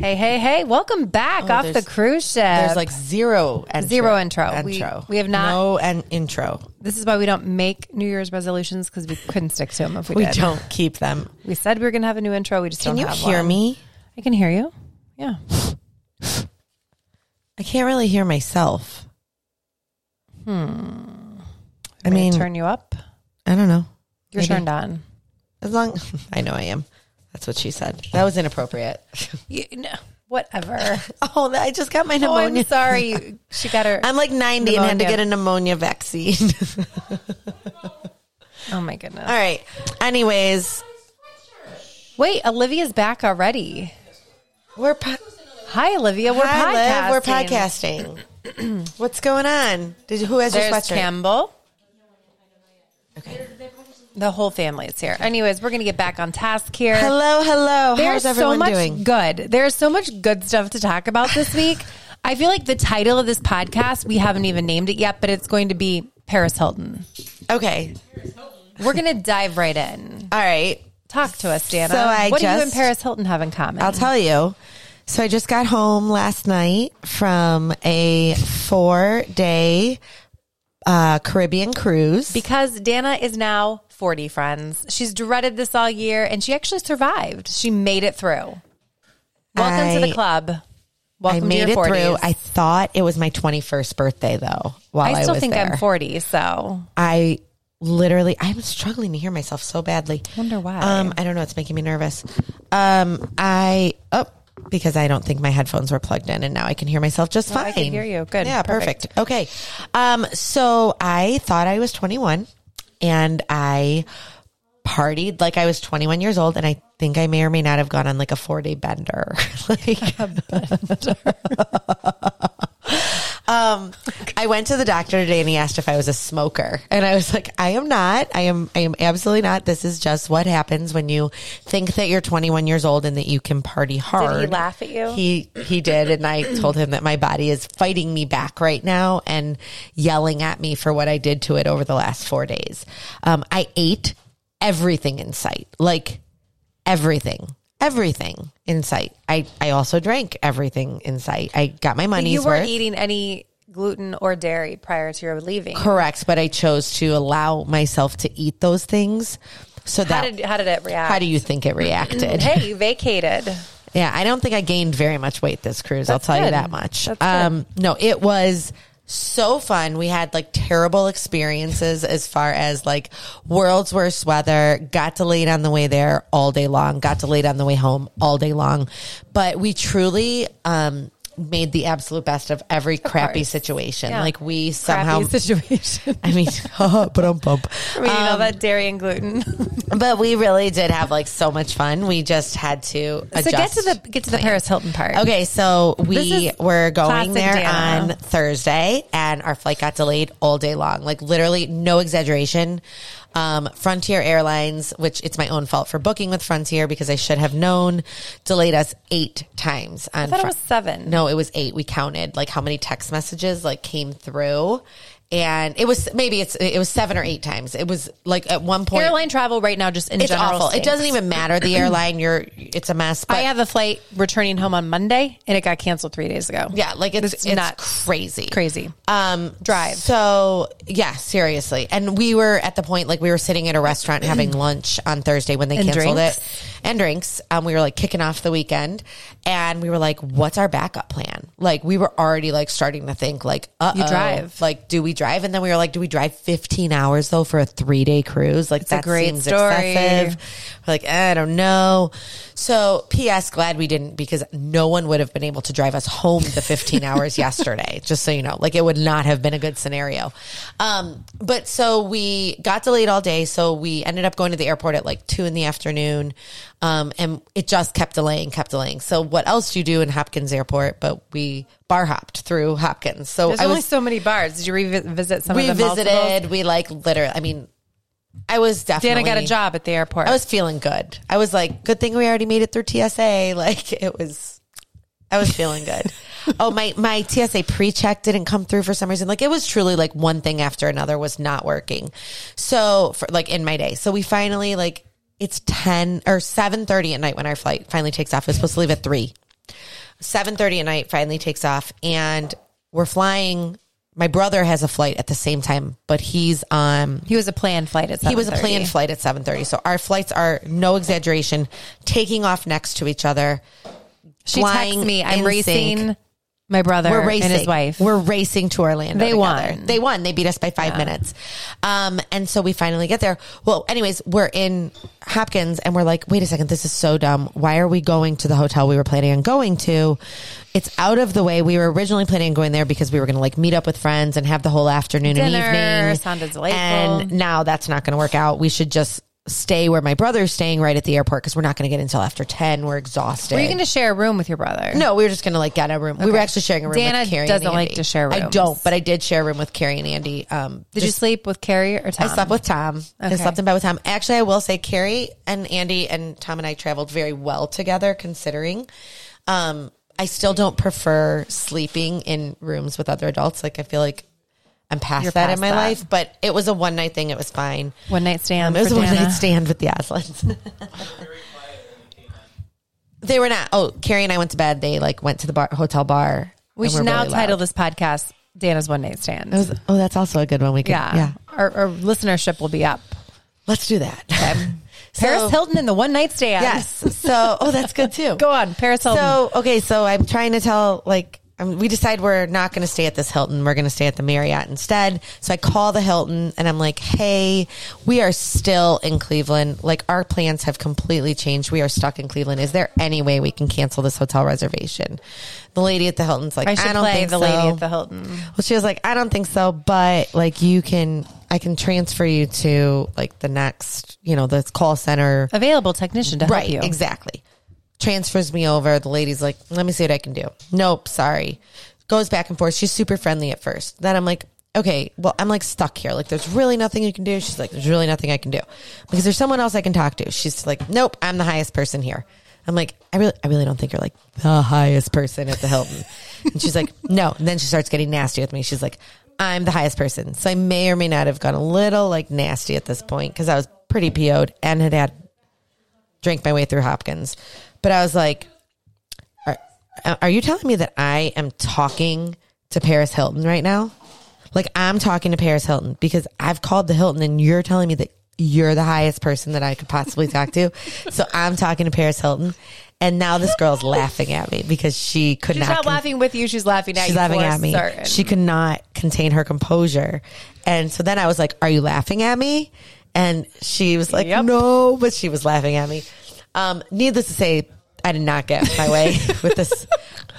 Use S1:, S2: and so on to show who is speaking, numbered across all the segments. S1: Hey, hey, hey. Welcome back off the
S2: there's-
S1: cruise ship.
S2: There's like zero intro.
S1: Zero intro. We-
S2: Intro.
S1: we have not-
S2: No an intro.
S1: this is why we don't make New Year's resolutions because we couldn't stick to them if we,
S2: We
S1: did.
S2: don't keep them.
S1: We said we were going to have a new intro. We just
S2: Can
S1: don't
S2: you
S1: have
S2: hear
S1: one.
S2: me?
S1: I can hear you. Yeah.
S2: I can't really hear myself. Hmm. I
S1: May
S2: mean,
S1: turn you up.
S2: I don't know.
S1: You're
S2: Maybe.
S1: turned on.
S2: As long, I know I am. That's what she said. That was inappropriate.
S1: You, no, whatever.
S2: oh, I just got my
S1: oh, I'm
S2: pneumonia.
S1: sorry. She got her.
S2: I'm like 90 and had to
S1: Pneumonia.
S2: get a pneumonia vaccine.
S1: oh, my goodness.
S2: All right. Anyways,
S1: Wait, Olivia's back already.
S2: we're po-
S1: Hi, Olivia. We're
S2: Hi,
S1: podcasting.
S2: Liv, We're podcasting. What's going on? Did you, who has your
S1: There's
S2: sweatshirt?
S1: Campbell.
S2: Okay.
S1: The whole family is here. Anyways, we're going to get back on task here.
S2: Hello, hello.
S1: There's
S2: How's everyone
S1: so much
S2: doing?
S1: good. There's so much good stuff to talk about this week. I feel like the title of this podcast, we haven't even named it yet, but it's going to be Paris Hilton.
S2: Okay.
S1: We're going to dive right in.
S2: All right.
S1: Talk to us, Dana.
S2: So I
S1: what do you and
S2: just-
S1: Paris Hilton have in common?
S2: I'll tell you. So I just got home last night from a four day uh, Caribbean cruise.
S1: because Dana is now 40, friends. She's dreaded this all year, and she actually survived. She made it through. Welcome to
S2: I-
S1: the club.
S2: I
S1: Welcome
S2: made
S1: to
S2: it
S1: your 40s.
S2: through. I thought it was my 21st birthday though. While I,
S1: I still
S2: was
S1: think
S2: there.
S1: I'm 40, so
S2: I literally I'm struggling to hear myself so badly.
S1: Wonder why.
S2: Um, I don't know. It's making me nervous. Um, I oh because I don't think my headphones were plugged in, and now I can hear myself just fine.
S1: I can hear you. Good.
S2: Yeah. Perfect. Okay. Um, so I thought I was 21, and I partied like I was 21 years old, and I think I may or may not have gone on like a four day bender. like Um, I went to the doctor today and he asked if I was a smoker. And I was like, I am not. I am, I am absolutely not. This is just what happens when you think that you're 21 years old and that you can party hard.
S1: laugh at you?
S2: He, he did. And I told him that my body is fighting me back right now and yelling at me for what I did to it over the last four days. Um, I ate everything in sight. Like, everything, everything in sight. I, I also drank everything in sight. I got my money's
S1: you weren't
S2: worth.
S1: eating any gluten or dairy prior to your leaving.
S2: Correct, but I chose to allow myself to eat those things. So
S1: How
S2: that
S1: did how did it react?
S2: how do you think it reacted?
S1: hey, you vacated.
S2: Yeah, I don't think I gained very much weight this cruise. I'll
S1: That's
S2: tell you
S1: good.
S2: that much.
S1: That's good.
S2: Um, no, it was so fun. We had like terrible experiences as far as like world's worst weather. Got delayed on the way there all day long. Got delayed on the way home all day long. But we truly um, made the absolute best of every crappy situation.
S1: Yeah.
S2: Like we somehow.
S1: Crappy situation.
S2: I mean, oh, but I'm bump.
S1: I mean, all that dairy and gluten.
S2: But we really did have like so much fun. We just had to
S1: so get
S2: adjust.
S1: to the get to the Paris Hilton part.
S2: Okay, so we
S1: This is
S2: were
S1: classic
S2: going there
S1: Dana.
S2: on Thursday, and our flight got delayed all day long. Like literally, no exaggeration. Um, Frontier Airlines, which it's my own fault for booking with Frontier because I should have known, delayed us eight times. On I
S1: thought it was seven.
S2: No, it was eight. We counted like how many text messages like came through. And it was maybe it's it was seven or eight times. It was like at one point
S1: Airline travel right now, just in
S2: it's
S1: general,
S2: awful. It
S1: stinks.
S2: doesn't even matter the airline. You're it's a mess. But
S1: I have a flight returning home on Monday, and it got canceled three days ago.
S2: yeah, like it's
S1: It's
S2: it's,
S1: nuts.
S2: crazy.
S1: crazy.
S2: Um,
S1: Drive.
S2: So yeah, seriously. And we were at the point like we were sitting at a restaurant having lunch on Thursday when they
S1: And
S2: canceled
S1: drinks.
S2: it, and drinks. Um, we were like kicking off the weekend, and we were like, "What's our backup plan?" Like we were already like starting to think like, "Uh,
S1: You drive.
S2: Like, do we drive?" And then we were like, "Do we drive 15 hours though for a three day cruise?" Like
S1: a
S2: that
S1: great
S2: seems
S1: story.
S2: excessive. We're like, "Eh, I don't know. So, P.S. Glad we didn't because no one would have been able to drive us home the 15 hours yesterday. Just so you know, like it would not have been a good scenario. Um, but so we got delayed all day. So we ended up going to the airport at like two in the afternoon. Um, and it just kept delaying, kept delaying. So what else do you do in Hopkins Airport? But we bar hopped through Hopkins. So
S1: There's
S2: I
S1: only
S2: was
S1: so many bars. Did you revisit some
S2: we
S1: of the multiples?
S2: visited. We like literally. I mean, I was
S1: Dana
S2: definitely
S1: got a job at the airport.
S2: I was feeling good. I was like, good thing we already made it through TSA. Like it was, I was feeling good. oh, my, my TSA pre-check didn't come through for some reason. Like it was truly like one thing after another was not working. So for like in my day. So we finally like it's 10 or 7.30 at night when our flight finally takes off. It's supposed to leave at three. Seven thirty at night finally takes off, and we're flying. My brother has a flight at the same time, but he's um
S1: He was a planned flight at
S2: he was a
S1: 7:30.
S2: planned flight at 7.30 so our flights are no exaggeration taking off next to each other
S1: She
S2: flying
S1: texts me, I'm
S2: in
S1: racing
S2: sync.
S1: my brother
S2: we're racing
S1: and his wife.
S2: we're racing to orlando
S1: They
S2: together.
S1: won.
S2: they won they beat us by five minutes um and so we finally get there well anyways we're in hopkins and we're like wait a second this is so dumb why are we going to the hotel we were planning on going to it's out of the way we were originally planning on going there because we were going to like meet up with friends and have the whole afternoon and
S1: Dinner,
S2: evening
S1: sounded delightful.
S2: and now that's not going to work out. We should just stay where my brother's staying right at the airport because we're not going to get until after 10. We're exhausted.
S1: Were you going to share a room with your brother?
S2: no, we were just going to like get a room. We were actually sharing a room
S1: Dana
S2: with Carrie
S1: doesn't
S2: and
S1: like
S2: Andy.
S1: to share
S2: I
S1: rooms.
S2: don't, but I did share a room with Carrie and Andy. Um,
S1: Did you sleep with Carrie or Tom?
S2: I slept with Tom. I
S1: Okay.
S2: slept in bed with Tom. Actually, I will say Carrie and Andy and Tom and I traveled very well together considering. Um, I still don't prefer sleeping in rooms with other adults. Like I feel like I'm past
S1: You're
S2: that in
S1: past
S2: my
S1: that.
S2: life, but it was a one night thing. It was fine.
S1: one night stand.
S2: Um, It was
S1: for
S2: a one
S1: Dana.
S2: night stand with the Aslins. they were not. Oh, Carrie and I went to bed. They like went to the bar, hotel bar.
S1: We should now title this podcast Dana's One Night Stand.
S2: this. Oh, that's also a good one. We could.
S1: yeah.
S2: Yeah.
S1: Our, our listenership will be up.
S2: Let's do that.
S1: Paris
S2: So-
S1: Hilton and the One Night Stand.
S2: Yes. So, oh, that's good too.
S1: Go on, Paris Hilton.
S2: So, okay. So I'm trying to tell, like, um, we decide we're not going to stay at this Hilton. We're going to stay at the Marriott instead. So I call the Hilton and I'm like, hey, we are still in Cleveland. Like, our plans have completely changed. We are stuck in Cleveland. Is there any way we can cancel this hotel reservation? The lady at the Hilton's like,
S1: I
S2: I,
S1: should
S2: don't
S1: play
S2: think
S1: the
S2: so.
S1: lady at the Hilton.
S2: Well, she was like, I don't think so, but like you can, I can transfer you to like the next, you know, the call center.
S1: Available technician to
S2: Right,
S1: help you.
S2: exactly. Transfers me over. The lady's like, let me see what I can do. Nope, sorry. Goes back and forth. She's super friendly at first. Then I'm like, okay, well, I'm like stuck here. Like, there's really nothing you can do. She's like, there's really nothing I can do because there's someone else I can talk to. She's like, nope, I'm the highest person here. I'm like, I really, I really don't think you're like the highest person at the Hilton. and she's like, no. And then she starts getting nasty with me. She's like, I'm the highest person. So I may or may not have gone a little like nasty at this point because I was pretty PO'd and had had drink my way through Hopkins. But I was like, are, are you telling me that I am talking to Paris Hilton right now? Like, I'm talking to Paris Hilton because I've called the Hilton and you're telling me that you're the highest person that I could possibly talk to. So I'm talking to Paris Hilton. And now this girl's laughing at me because she could
S1: She's
S2: not
S1: not
S2: con-
S1: laughing with you. She's laughing at
S2: She's
S1: you.
S2: laughing
S1: for
S2: at me.
S1: certain.
S2: She could not contain her composure. And so then I was like, Are you laughing at me? And she was like,
S1: Yep.
S2: No, but she was laughing at me. Um, needless to say, I did not get my way with this.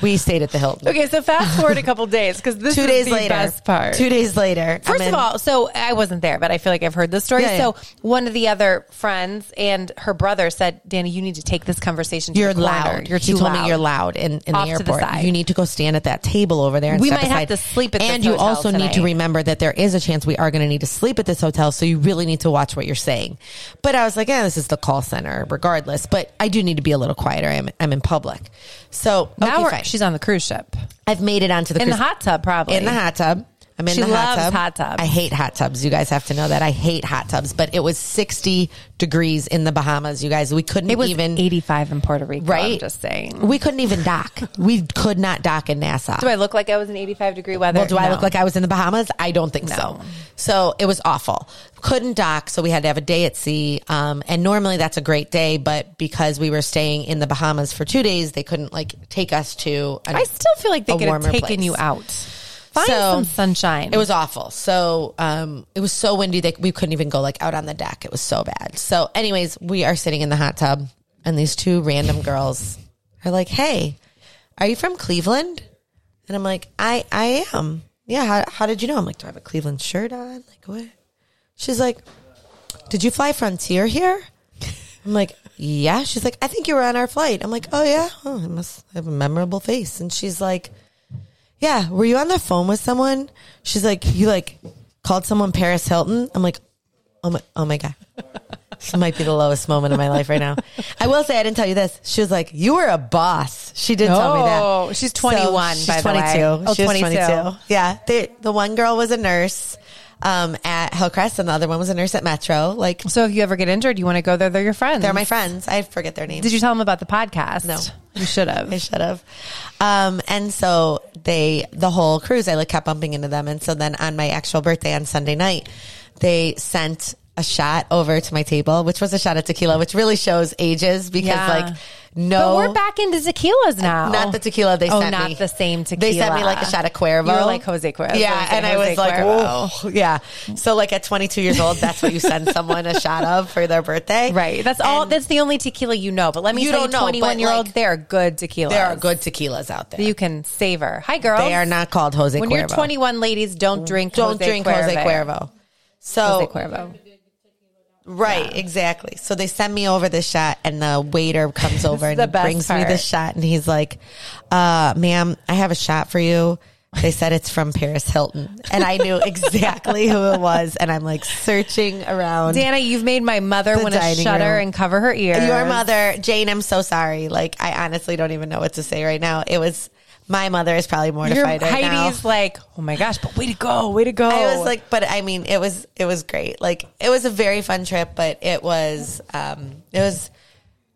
S2: We stayed at the Hilton.
S1: okay, so fast forward a couple days because this
S2: Two
S1: is
S2: days
S1: the
S2: later.
S1: best part.
S2: Two days later.
S1: First
S2: I'm
S1: of
S2: in-
S1: all, so I wasn't there, but I feel like I've heard this story.
S2: Yeah, yeah.
S1: So one of the other friends and her brother said, "Danny, you need to take this conversation. To
S2: you're
S1: the corner.
S2: loud.
S1: You're
S2: he
S1: too
S2: told
S1: loud.
S2: me you're loud in, in the
S1: Off to the
S2: airport.
S1: side.
S2: You need to go stand at that table over there. And
S1: We
S2: step
S1: might have
S2: aside.
S1: to sleep at this
S2: And you
S1: hotel
S2: also need to
S1: tonight.
S2: remember that there is a chance we are going to need to sleep at this hotel, so you really need to watch what you're saying. But I was like, yeah, this is the call center, regardless. But I do need to be a little quieter. I'm I'm in public, so
S1: Now
S2: okay,
S1: we're,
S2: fine.
S1: she's on the cruise ship
S2: I've made it onto the
S1: in the
S2: cruise-
S1: hot tub, probably
S2: in the hot tub. I'm in
S1: She
S2: the hot
S1: loves
S2: tub.
S1: hot tubs.
S2: I hate hot tubs. You guys have to know that I hate hot tubs. But it was 60 degrees in the Bahamas. You guys, we couldn't
S1: It was
S2: even
S1: 85 in Puerto Rico.
S2: Right?
S1: I'm just saying.
S2: We couldn't even dock. We could not dock in NASA.
S1: Do I look like I was in 85 degree weather?
S2: well, do I
S1: No.
S2: look like I was in the Bahamas? I don't think so. So it was awful. Couldn't dock, so we had to have a day at sea. Um, and normally that's a great day, but because we were staying in the Bahamas for two days, they couldn't like take us to. An,
S1: I still feel like they
S2: a
S1: could have
S2: warmer
S1: taken
S2: place.
S1: you out. Find
S2: So,
S1: some sunshine.
S2: It was awful. So um, it was so windy that we couldn't even go like out on the deck. It was so bad. So, anyways, we are sitting in the hot tub, and these two random girls are like, "Hey, are you from Cleveland?" And I'm like, "I I am. Yeah. How how did you know?" I'm like, "Do I have a Cleveland shirt on? Like what?" She's like, "Did you fly Frontier here?" I'm like, "Yeah." She's like, "I think you were on our flight." I'm like, "Oh yeah. Oh, I must have a memorable face." And she's like. Yeah. Were you on the phone with someone? She's like, you like called someone Paris Hilton. I'm like, oh my, oh my god. This might be the lowest moment of my life right now. I will say I didn't tell you this. She was like, "You were a boss." She did tell me that.
S1: Oh, she's 21,
S2: she's
S1: by the way.
S2: 22.
S1: Oh,
S2: she was
S1: 22.
S2: 22. Yeah, the the one girl was a nurse um, at Hillcrest, and the other one was a nurse at Metro. Like
S1: so if you ever get injured, you want to go there. They're your friends.
S2: they're my friends. I forget their names.
S1: Did you tell them about the podcast?
S2: No.
S1: You should have.
S2: I should have. Um, and so they, the whole cruise, I like kept bumping into them. And so then on my actual birthday on Sunday night, they sent a shot over to my table, which was a shot of tequila, which really shows ages because
S1: Yeah.
S2: like no,
S1: But we're back into tequilas now.
S2: not the tequila they
S1: Oh,
S2: sent
S1: not
S2: me.
S1: the same tequila.
S2: They sent me like a shot of Cuervo.
S1: You were like Jose Cuervo.
S2: Yeah,
S1: Jose,
S2: and I
S1: Jose
S2: was like,
S1: Cuervo.
S2: oh, yeah. So like at 22 years old, that's what you send someone a shot of for their birthday.
S1: Right. That's all.
S2: And
S1: That's the only tequila you know. But let me
S2: You
S1: tell you,
S2: don't know, but,
S1: 21 year olds,
S2: like,
S1: they are good tequilas.
S2: there are good tequilas out there.
S1: You can savor. Hi, girls.
S2: They are not called Jose
S1: When
S2: Cuervo.
S1: you're 21, ladies, don't drink.
S2: don't
S1: Jose
S2: drink
S1: Cuervo.
S2: Jose Cuervo. So
S1: Jose Cuervo.
S2: right, exactly. So they send me over this shot, and the waiter comes over
S1: the
S2: and
S1: best
S2: brings me
S1: part.
S2: this shot, and he's like, uh, "Ma'am, I have a shot for you." They said it's from Paris Hilton, and I knew exactly who it was, and I'm like searching around.
S1: Dana, you've made my mother
S2: The
S1: want to
S2: dining
S1: shudder
S2: room.
S1: and cover her ears.
S2: Your mother, Jane. I'm so sorry. Like I honestly don't even know what to say right now. It was my mother is probably
S1: Your
S2: mortified right now.
S1: Heidi's like, oh my gosh, but way to go, way to go.
S2: I was like, but I mean, it was it was great. Like it was a very fun trip, but it was um it was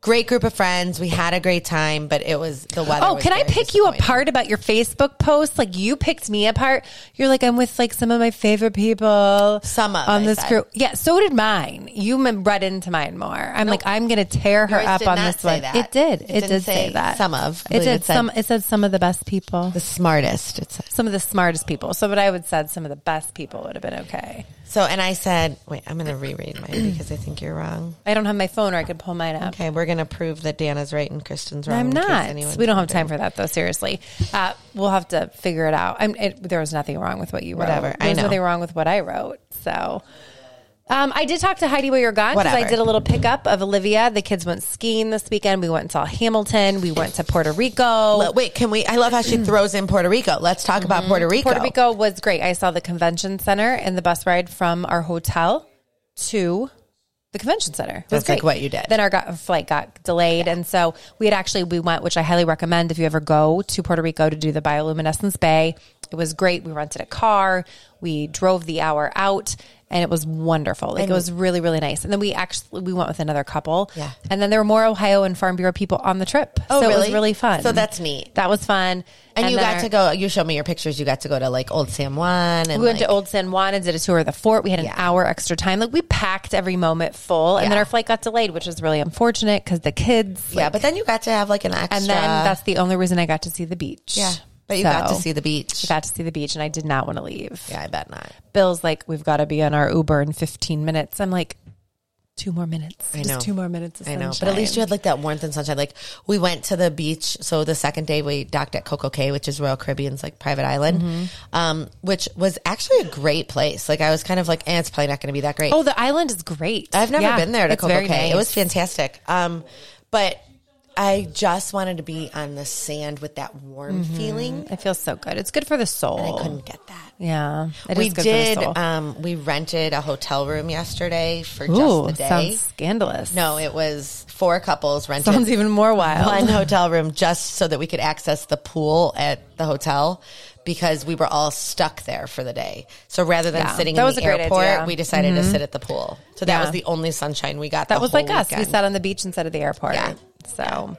S2: great group of friends. We had a great time, but it was the weather.
S1: Oh,
S2: was
S1: can I
S2: very
S1: pick you
S2: disappointing.
S1: apart about your Facebook post? Like you picked me apart. You're like I'm with like some of my favorite people.
S2: Some of,
S1: on
S2: I
S1: this
S2: said.
S1: group. Yeah, so did mine. You m- read into mine more. I'm like I'm going to tear her
S2: Yours
S1: up
S2: did
S1: on
S2: not
S1: this
S2: say
S1: one.
S2: that.
S1: It did. It,
S2: It
S1: did
S2: didn't
S1: say
S2: say
S1: that.
S2: some of.
S1: It
S2: I believe
S1: did.
S2: it said-
S1: some. It said some of the best people.
S2: The smartest. It's
S1: Some of the smartest people. So, what I would said some of the best people would have been okay.
S2: so, and I said, wait, I'm going to reread mine because I think you're wrong.
S1: I don't have my phone, or I could pull mine up.
S2: Okay, we're going to prove that Dana's right and Kristen's wrong.
S1: I'm
S2: in case
S1: not.
S2: anyone's
S1: We don't have
S2: wondering.
S1: time for that, though. Seriously, uh, we'll have to figure it out. I'm, it, there was nothing wrong with what you wrote.
S2: Whatever. I
S1: There was
S2: know.
S1: nothing wrong with what I wrote. So, um, I did talk to Heidi while you were gone because I
S2: Whatever.
S1: did a little pickup of Olivia. The kids went skiing this weekend. We went and saw Hamilton. We went to Puerto Rico.
S2: But wait, can we? I love how she throws in Puerto Rico. Let's talk about Puerto Rico.
S1: Mm. Mm-hmm. Puerto Rico was great. I saw the convention center and the bus ride from our hotel to the convention center. It was
S2: That's like
S1: great.
S2: what you did.
S1: Then our got, flight got delayed, and so we had actually we went, which I highly recommend if you ever go to Puerto Rico to do the bioluminescence bay. It was great. We rented a car. We drove the hour out. And it was wonderful. Like it was really, really nice. And then we actually we went with another couple.
S2: Yeah.
S1: And then there were more Ohio and Farm Bureau people on the trip.
S2: Oh,
S1: so it was
S2: really?
S1: really fun.
S2: So that's neat.
S1: That was fun.
S2: And, you
S1: then
S2: got
S1: our-
S2: to go. You showed me your pictures. You got to go to like Old San Juan. And
S1: we went
S2: like-
S1: to Old San Juan and did a tour of the fort. We had an
S2: Yeah.
S1: hour extra time. Like we packed every moment full, and then
S2: Yeah.
S1: our flight got delayed, which was really unfortunate because the kids.
S2: yeah,
S1: like-
S2: but then you got to have like an extra.
S1: and then that's the only reason I got to see the beach.
S2: yeah, but you got to see the beach.
S1: got to see the beach, and I did not want to leave.
S2: Yeah, I bet not.
S1: Bill's like, "We've got to be on our Uber in 15 minutes." I'm like, two more minutes.
S2: I
S1: Just
S2: know.
S1: two more minutes. Of
S2: I know,
S1: sunshine.
S2: but at least you had like that warmth and sunshine. Like we went to the beach. So the second day we docked at Coco Cay, which is Royal Caribbean's like private island,
S1: Mm-hmm.
S2: um, which was actually a great place. Like I was kind of like, eh, it's probably not going to be that great.
S1: Oh, the island is great.
S2: I've never
S1: Yeah,
S2: been there to
S1: it's
S2: Coco
S1: very
S2: Cay.
S1: nice.
S2: It was fantastic. Um, but I just wanted to be on the sand with that warm
S1: Mm-hmm.
S2: feeling.
S1: It feels so good. It's good for the
S2: I
S1: soul.
S2: couldn't get that.
S1: yeah, it is
S2: we
S1: good
S2: did.
S1: For the soul.
S2: Um, we rented a hotel room yesterday for
S1: Ooh,
S2: just the day.
S1: sounds scandalous.
S2: no, it was four couples rented
S1: Sounds even more wild.
S2: one hotel room just so that we could access the pool at the hotel because we were all stuck there for the day. So rather than
S1: Yeah,
S2: sitting
S1: that
S2: in
S1: was
S2: the
S1: a great
S2: airport,
S1: idea. Mm-hmm.
S2: we decided to sit at the pool. So that
S1: Yeah.
S2: was the only sunshine we got.
S1: That
S2: the
S1: was like
S2: whole
S1: us. We
S2: weekend.
S1: sat on the beach instead of the airport.
S2: Yeah.
S1: So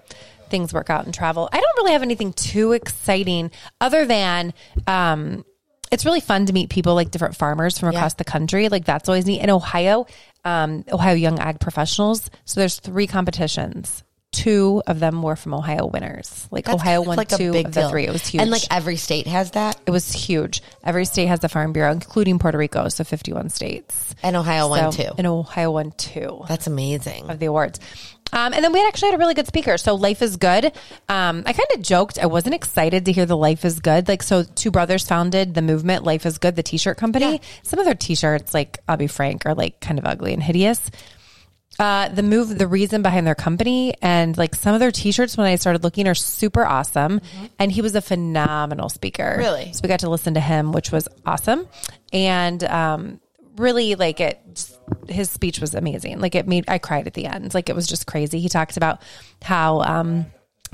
S1: things work out in travel. I don't really have anything too exciting other than um, it's really fun to meet people like different farmers from across the country. Like that's always neat. In Ohio, um, Ohio Young Ag Professionals. So there's three competitions. Two of them were from Ohio winners. Like
S2: That's
S1: Ohio
S2: kind of
S1: won
S2: like a
S1: two
S2: big
S1: of the
S2: deal.
S1: three. It was huge.
S2: And like every state has that.
S1: it was huge. Every state has the Farm Bureau, including Puerto Rico. So 51 states.
S2: And Ohio won
S1: So-
S2: too.
S1: And Ohio won two
S2: That's amazing.
S1: of the awards. Um, and then we actually had a really good speaker. So life is good. Um, I kind of joked I wasn't excited to hear the life is good. Like so, two brothers founded the movement Life is Good, the T-shirt company. Some of their T-shirts, like I'll be frank, are like kind of ugly and hideous. Uh, the move, the reason behind their company, and like some of their T-shirts when I started looking are super awesome. And he was a phenomenal speaker.
S2: Mm-hmm. Really?
S1: So we got to listen to him, which was awesome. And um, really, like it, his speech was amazing. Like it made, I cried at the end. Like it was just crazy. He talked about how um,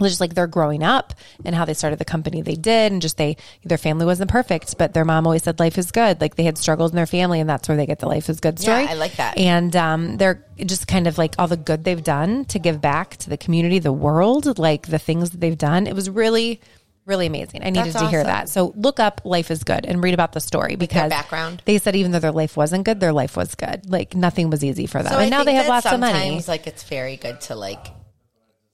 S1: just like they're growing up and how they started the company they did and just they their family wasn't perfect but their mom always said life is good like they had struggles in their family and that's where they get the life is good story
S2: I like that.
S1: and um, they're just kind of like all the good they've done to give back to the community the world like the things that they've done it was really really amazing i needed
S2: That's
S1: to hear
S2: awesome.
S1: that so look up life is good and read about the story because
S2: background?
S1: they said even though their life wasn't good their life was good like nothing was easy for them
S2: So
S1: and
S2: I
S1: now
S2: think
S1: they have
S2: that
S1: lots of money
S2: Sometimes, like it's very good to like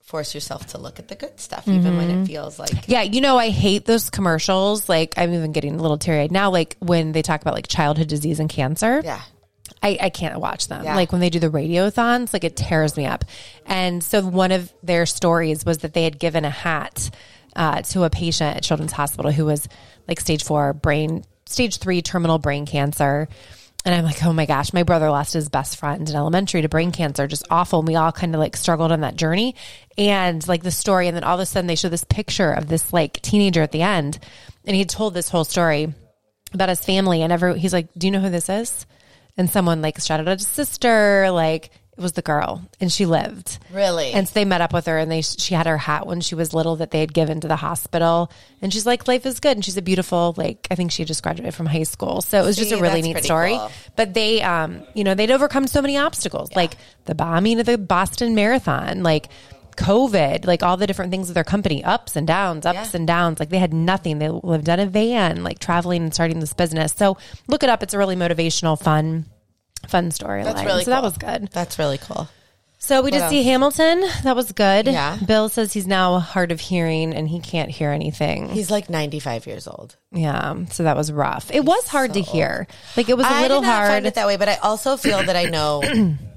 S2: force yourself to look at the good stuff,
S1: Mm-hmm.
S2: even when it feels like
S1: Yeah, you know, I hate those commercials. Like, I'm even getting a little teary eyed now. Like, when they talk about like childhood disease and cancer,
S2: yeah.
S1: I, I can't watch them.
S2: Yeah.
S1: Like, when they do the radiothons, like, it tears me up. And so, one of their stories was that they had given a hat uh, to a patient at Children's Hospital who was like stage four brain, stage three terminal brain cancer. And I'm like, oh my gosh, my brother lost his best friend in elementary to brain cancer, just awful. And we all kind of like struggled on that journey and like the story. And then all of a sudden they show this picture of this like teenager at the end. And he told this whole story about his family. And every, he's like, do you know who this is? And someone like shouted out his sister, like it was the girl and she lived.
S2: Really?
S1: And so they met up with her and they, she had her hat when she was little that they had given to the hospital. And she's like, life is good. And she's a beautiful, like, I think she just graduated from high school. So it was just
S2: See,
S1: a really
S2: that's
S1: neat
S2: pretty
S1: story
S2: cool.
S1: but they um you know they'd overcome so many obstacles like the bombing of the boston marathon like covid like all the different things of their company ups and downs ups
S2: Yeah.
S1: and downs like they had nothing they lived on a van like traveling and starting this business so look it up it's a really motivational fun fun storyline
S2: That's really
S1: so that
S2: cool.
S1: was good
S2: That's really cool.
S1: so we did
S2: else?
S1: see hamilton that was good
S2: Yeah.
S1: bill says he's now hard of hearing and he can't hear anything
S2: He's like 95 years old.
S1: yeah so that was rough it was hard to hear like it was a
S2: I
S1: little
S2: did not
S1: hard
S2: find it that way, but I also feel that I know,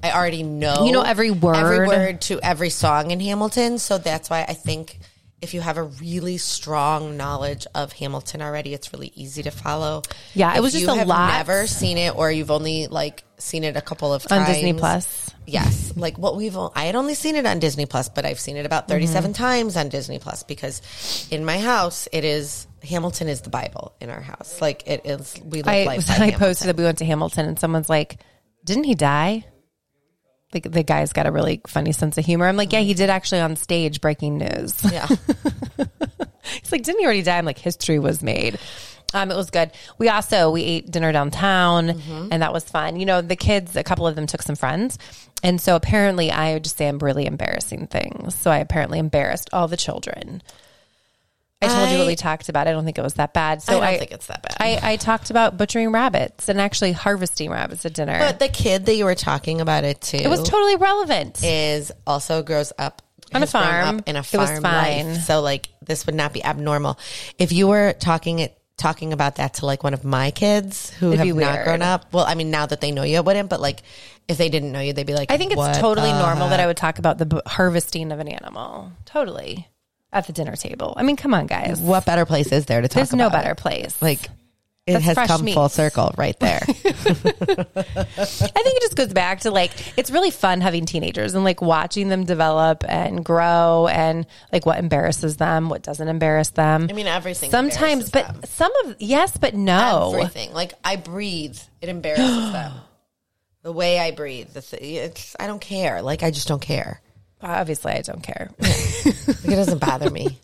S2: I already know,
S1: You know every word.
S2: every word to every song in Hamilton. So that's why I think if you have a really strong knowledge of Hamilton already, it's really easy to follow.
S1: Yeah, it
S2: If
S1: was just
S2: you
S1: a
S2: have
S1: lot.
S2: Never seen it, or you've only like seen it a couple of
S1: on
S2: times
S1: disney plus
S2: Yes, like what we've o- I had only seen it on Disney Plus, but I've seen it about 37
S1: Mm-hmm.
S2: times on Disney Plus because in my house it is Hamilton is the Bible in our house. Like it is we live
S1: I,
S2: life.
S1: was
S2: by
S1: I
S2: Hamilton.
S1: posted that we went to Hamilton and someone's like, didn't he die? Like the guy's got a really funny sense of humor. I'm like, yeah, he did actually on stage breaking news.
S2: Yeah.
S1: He's like, didn't he already die? I'm like, history was made. Um, it was good. We also we ate dinner downtown,
S2: Mm-hmm.
S1: and that was fun. You know, the kids, a couple of them took some friends, and so apparently, I would just say I'm really embarrassing things. So I apparently embarrassed all the children. I told you
S2: I-
S1: what we talked about. I don't think it was that bad. So
S2: I don't think it's that bad.
S1: I, I talked about butchering rabbits and actually harvesting rabbits at dinner.
S2: But the kid that you were talking about it to
S1: it was totally relevant.
S2: is also grows up
S1: On a
S2: has grown
S1: farm.
S2: up in a
S1: It was
S2: farm
S1: fine.
S2: life. So like this would not be abnormal if you were talking it talking about that to like one of my kids who
S1: It'd be
S2: have not
S1: weird.
S2: grown up. Well, I mean now that they know you, it wouldn't. But like if they didn't know you, they'd be like,
S1: I think it's
S2: "What
S1: totally
S2: the
S1: normal that I would talk about the bu- harvesting of an animal. Totally. At the dinner table. I mean, come on, guys.
S2: what better place is there to talk
S1: There's no
S2: about it?
S1: better place.
S2: Like it
S1: That's
S2: has
S1: fresh
S2: come
S1: meat.
S2: full circle right there.
S1: I think it just goes back to like it's really fun having teenagers and like watching them develop and grow and like what embarrasses them, what doesn't embarrass them.
S2: I mean, everything
S1: Sometimes,
S2: embarrasses
S1: but
S2: them.
S1: some of yes, but no.
S2: Everything. Like I breathe, it embarrasses them. The way I breathe, the th- it's, I don't care. Like I just don't care.
S1: Obviously, I don't care.
S2: Like, it doesn't bother me.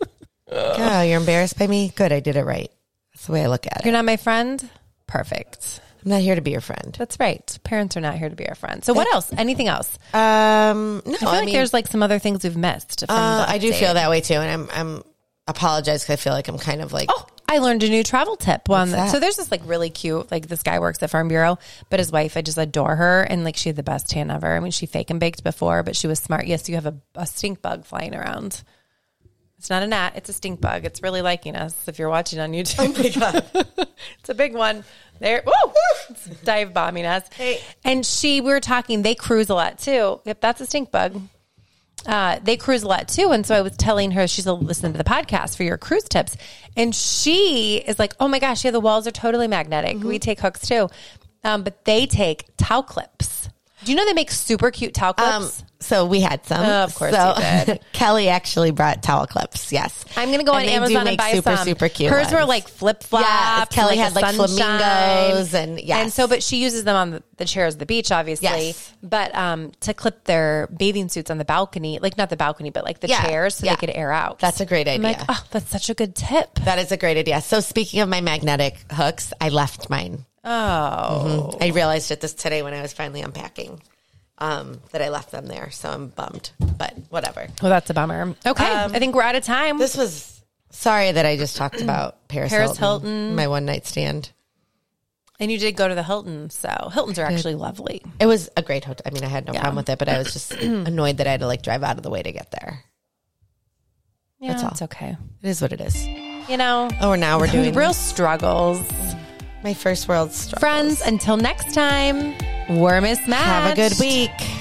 S2: oh, you're embarrassed by me? Good, I did it right. That's the way I look at it.
S1: You're not my friend. Perfect.
S2: I'm not here to be your friend.
S1: That's right. Parents are not here to be our friends. So what else? Anything else? I
S2: Um, no, I,
S1: feel like
S2: mean,
S1: there's like some other things we've missed. From
S2: uh,
S1: the
S2: I do
S1: update.
S2: feel that way too, and I'm I'm apologize because I feel like I'm kind of like
S1: Oh, I learned a new travel tip. One,
S2: that?
S1: so there's this like really cute, like this guy works at Farm Bureau, but his wife, I just adore her, and like she had the best tan ever. I mean, she fake and baked before, but she was smart. Yes, you have a, a stink bug flying around. It's not a gnat; it's a stink bug. It's really liking us. If you're watching on YouTube, it's a big one. There, woo, it's dive bombing us.
S2: Hey.
S1: And she, we were talking. They cruise a lot too. Yep, that's a stink bug uh, they cruise a lot too. And so I was telling her, she's a listen to the podcast for your cruise tips. And she is like, oh my gosh,
S2: Mm-hmm.
S1: yeah, the walls are totally magnetic. We take hooks too. Um, but they take towel clips. Do you know they make super cute towel clips?
S2: Um, so we had some.
S1: Of course
S2: So-
S1: you did.
S2: Kelly actually brought towel clips. Yes,
S1: I'm gonna go on
S2: they do
S1: Amazon and
S2: make
S1: buy
S2: super
S1: some.
S2: super cute.
S1: Hers were
S2: ones.
S1: like flip flops.
S2: Yeah, Kelly had, like, flamingos and- yes.
S1: and so, but she uses them on the, the chairs, at the beach, obviously.
S2: Yes.
S1: But um, to clip their bathing suits on the balcony, like not the balcony, but like the
S2: Yeah,
S1: chairs, so
S2: yeah.
S1: they could air out.
S2: That's a great
S1: I'm
S2: idea.
S1: like, oh, that's such a good tip.
S2: that is a great idea. So speaking of my magnetic hooks, I left mine. Mm-hmm.
S1: Oh,
S2: I realized it this today when I was finally unpacking um, that I left them there. So I'm bummed, but whatever.
S1: well, that's a bummer. Okay, Um, I think we're out of time.
S2: This was sorry that I just talked about Paris,
S1: Paris
S2: Hilton, my one night stand.
S1: and you did go to the Hilton, so Hiltons are actually lovely.
S2: It was a great hotel. I mean, I had no problem with it, but I was just annoyed that I had to like drive out of the way to get there.
S1: Yeah,
S2: That's all.
S1: it's okay.
S2: It is what it is.
S1: You know,
S2: Oh, now we're doing
S1: real struggles.
S2: my first world star.
S1: Friends, until next time, we're mismatched.
S2: Have a good week.